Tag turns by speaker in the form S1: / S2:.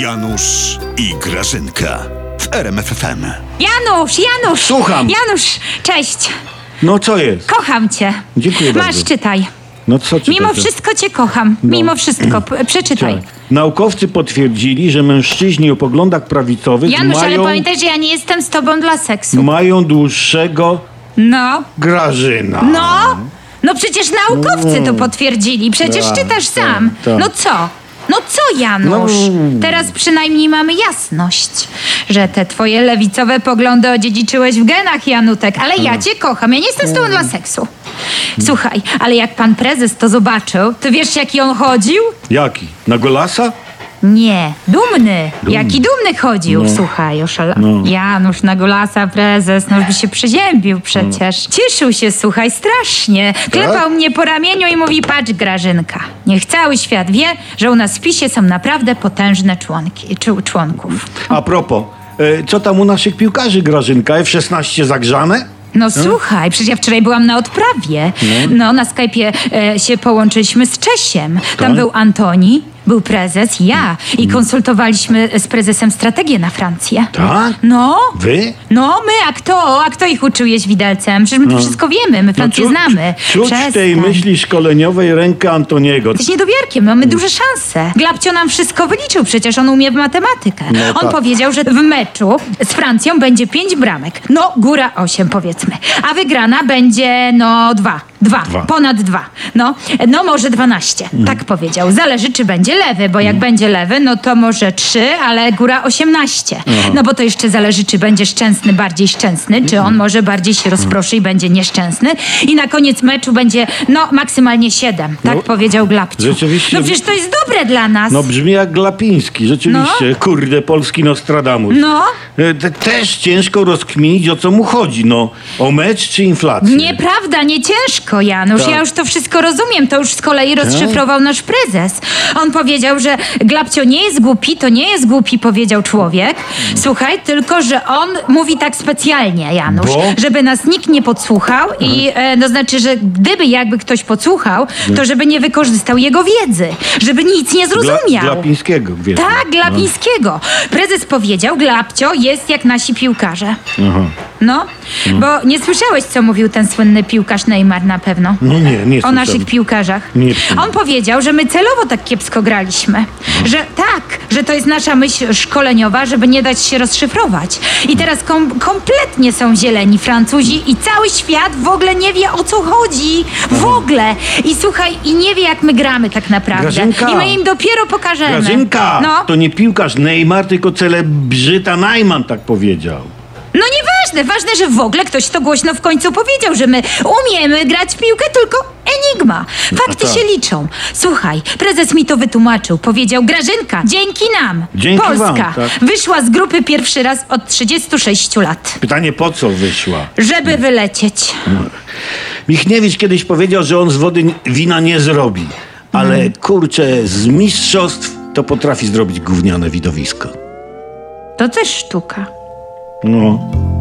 S1: Janusz i Grażynka w RMFFM.
S2: Janusz, Janusz!
S3: Słucham.
S2: Janusz, cześć!
S3: No co jest?
S2: Kocham cię.
S3: Dziękuję
S2: Masz,
S3: bardzo.
S2: czytaj.
S3: No co czytasz?
S2: Mimo wszystko cię kocham. Mimo wszystko. P- Przeczytaj.
S3: Chciałem. Naukowcy potwierdzili, że mężczyźni o poglądach prawicowych
S2: Janusz, ale
S3: mają,
S2: pamiętaj, że ja nie jestem z tobą dla seksu.
S3: mają dłuższego
S2: No,
S3: grażyna.
S2: no, no przecież naukowcy to potwierdzili. Przecież
S3: Mm. Tak,
S2: czytasz
S3: tak,
S2: sam.
S3: tak. No.
S2: No co? No co, Janusz? Teraz przynajmniej mamy jasność, że te twoje lewicowe poglądy odziedziczyłeś w genach, Janutek, ale ja
S3: Tak.
S2: cię kocham. Ja nie jestem z tobą dla seksu. Słuchaj, ale jak pan prezes to zobaczył, to wiesz, jaki on chodził?
S3: Jaki? Na golasa?
S2: Nie, dumny. No. Jaki dumny chodził. Słuchaj, oszala. Janusz na golasa prezes, no by się przeziębił przecież. Cieszył się, słuchaj, strasznie. Klepał mnie po ramieniu i mówi, patrz Grażynka, niech cały świat wie, że u nas w PiSie są naprawdę potężne członki, czy, członków.
S3: A propos, e, co tam u naszych piłkarzy grażynka? F-16 zagrzane?
S2: No słuchaj, przecież ja wczoraj byłam na odprawie. No, na Skype'ie e, się połączyliśmy z Czesiem. Tam
S3: Tak?
S2: był Antoni, był prezes, ja. I konsultowaliśmy z prezesem strategię na Francję.
S3: Tak?
S2: No.
S3: Wy?
S2: No, my, a kto? A kto ich uczył jeść widelcem? Przecież my
S3: No.
S2: to wszystko wiemy, my Francję
S3: czuć-
S2: No, znamy.
S3: Czuć w
S2: Przestań.
S3: tej myśli szkoleniowej rękę Antoniego.
S2: Jesteś niedowiarkiem, mamy duże szanse. Glabcio nam wszystko wyliczył, przecież on umie matematykę.
S3: No
S2: on
S3: tak.
S2: powiedział, że w meczu z Francją będzie pięć bramek. No, góra osiem powiedzmy. A wygrana będzie, no, dwa. Dwa. Ponad dwa. No, no może dwanaście.
S3: Mhm.
S2: Tak powiedział. Zależy, czy będzie lewy, bo jak będzie lewy, no to może trzy, ale góra osiemnaście. No bo to jeszcze zależy, czy będzie szczęsny, bardziej szczęsny, czy
S3: Mhm.
S2: on może bardziej się rozproszy i będzie nieszczęsny. I na koniec meczu będzie, no, maksymalnie siedem. Tak
S3: No.
S2: powiedział Glabciu.
S3: Rzeczywiście.
S2: No przecież to jest dobre dla nas.
S3: No brzmi jak Glapiński, rzeczywiście. Kurde, polski Nostradamus.
S2: No.
S3: E, te- Też ciężko rozkminić, o co mu chodzi, no. O mecz czy inflację?
S2: Nieprawda, nie ciężko, Janusz.
S3: Tak.
S2: Ja już to wszystko rozumiem. To już z kolei rozszyfrował nasz prezes. On powiedział, że Glabcio nie jest głupi, to nie jest głupi, powiedział człowiek. Słuchaj, tylko że on mówi tak specjalnie, Janusz,
S3: Bo? Mhm.
S2: żeby nas nikt nie podsłuchał i e, no znaczy, że gdyby jakby ktoś podsłuchał, to żeby nie wykorzystał jego wiedzy, żeby nic nie zrozumiał.
S3: Glapińskiego, wiesz.
S2: Tak,
S3: No.
S2: Glapińskiego. Prezes powiedział, Glapcio jest jak nasi piłkarze. No,
S3: Mm.
S2: bo nie słyszałeś, co mówił ten słynny piłkarz Neymar na pewno.
S3: No nie, nie
S2: O
S3: słyszałem.
S2: naszych piłkarzach.
S3: Nie słyszałem. Mhm.
S2: On powiedział, że my celowo tak kiepsko graliśmy. Że tak, że to jest nasza myśl szkoleniowa, żeby nie dać się rozszyfrować.
S3: Mhm.
S2: I teraz kom- kompletnie są zieleni Francuzi i cały świat w ogóle nie wie o co chodzi. W
S3: Mhm.
S2: ogóle. I słuchaj, i nie wie jak my gramy tak naprawdę.
S3: Grażynka.
S2: I my im dopiero pokażemy.
S3: Grażynka,
S2: No.
S3: to nie piłkarz Neymar, tylko celebryta Najman tak powiedział.
S2: No nieważne, ważne, że w ogóle ktoś to głośno w końcu powiedział, że my umiemy grać w piłkę, tylko enigma. Fakty
S3: No tak.
S2: się liczą. Słuchaj, prezes mi to wytłumaczył. Powiedział, Grażynka, dzięki nam
S3: Dzięki wam,
S2: Polska
S3: tak.
S2: wyszła z grupy pierwszy raz od 36 lat.
S3: Pytanie, po co wyszła?
S2: Żeby wylecieć.
S3: Michniewicz kiedyś powiedział, że on z wody ni- wina nie zrobi. Ale
S2: Mm.
S3: kurczę, z mistrzostw to potrafi zrobić gówniane widowisko.
S2: To też sztuka.
S3: No.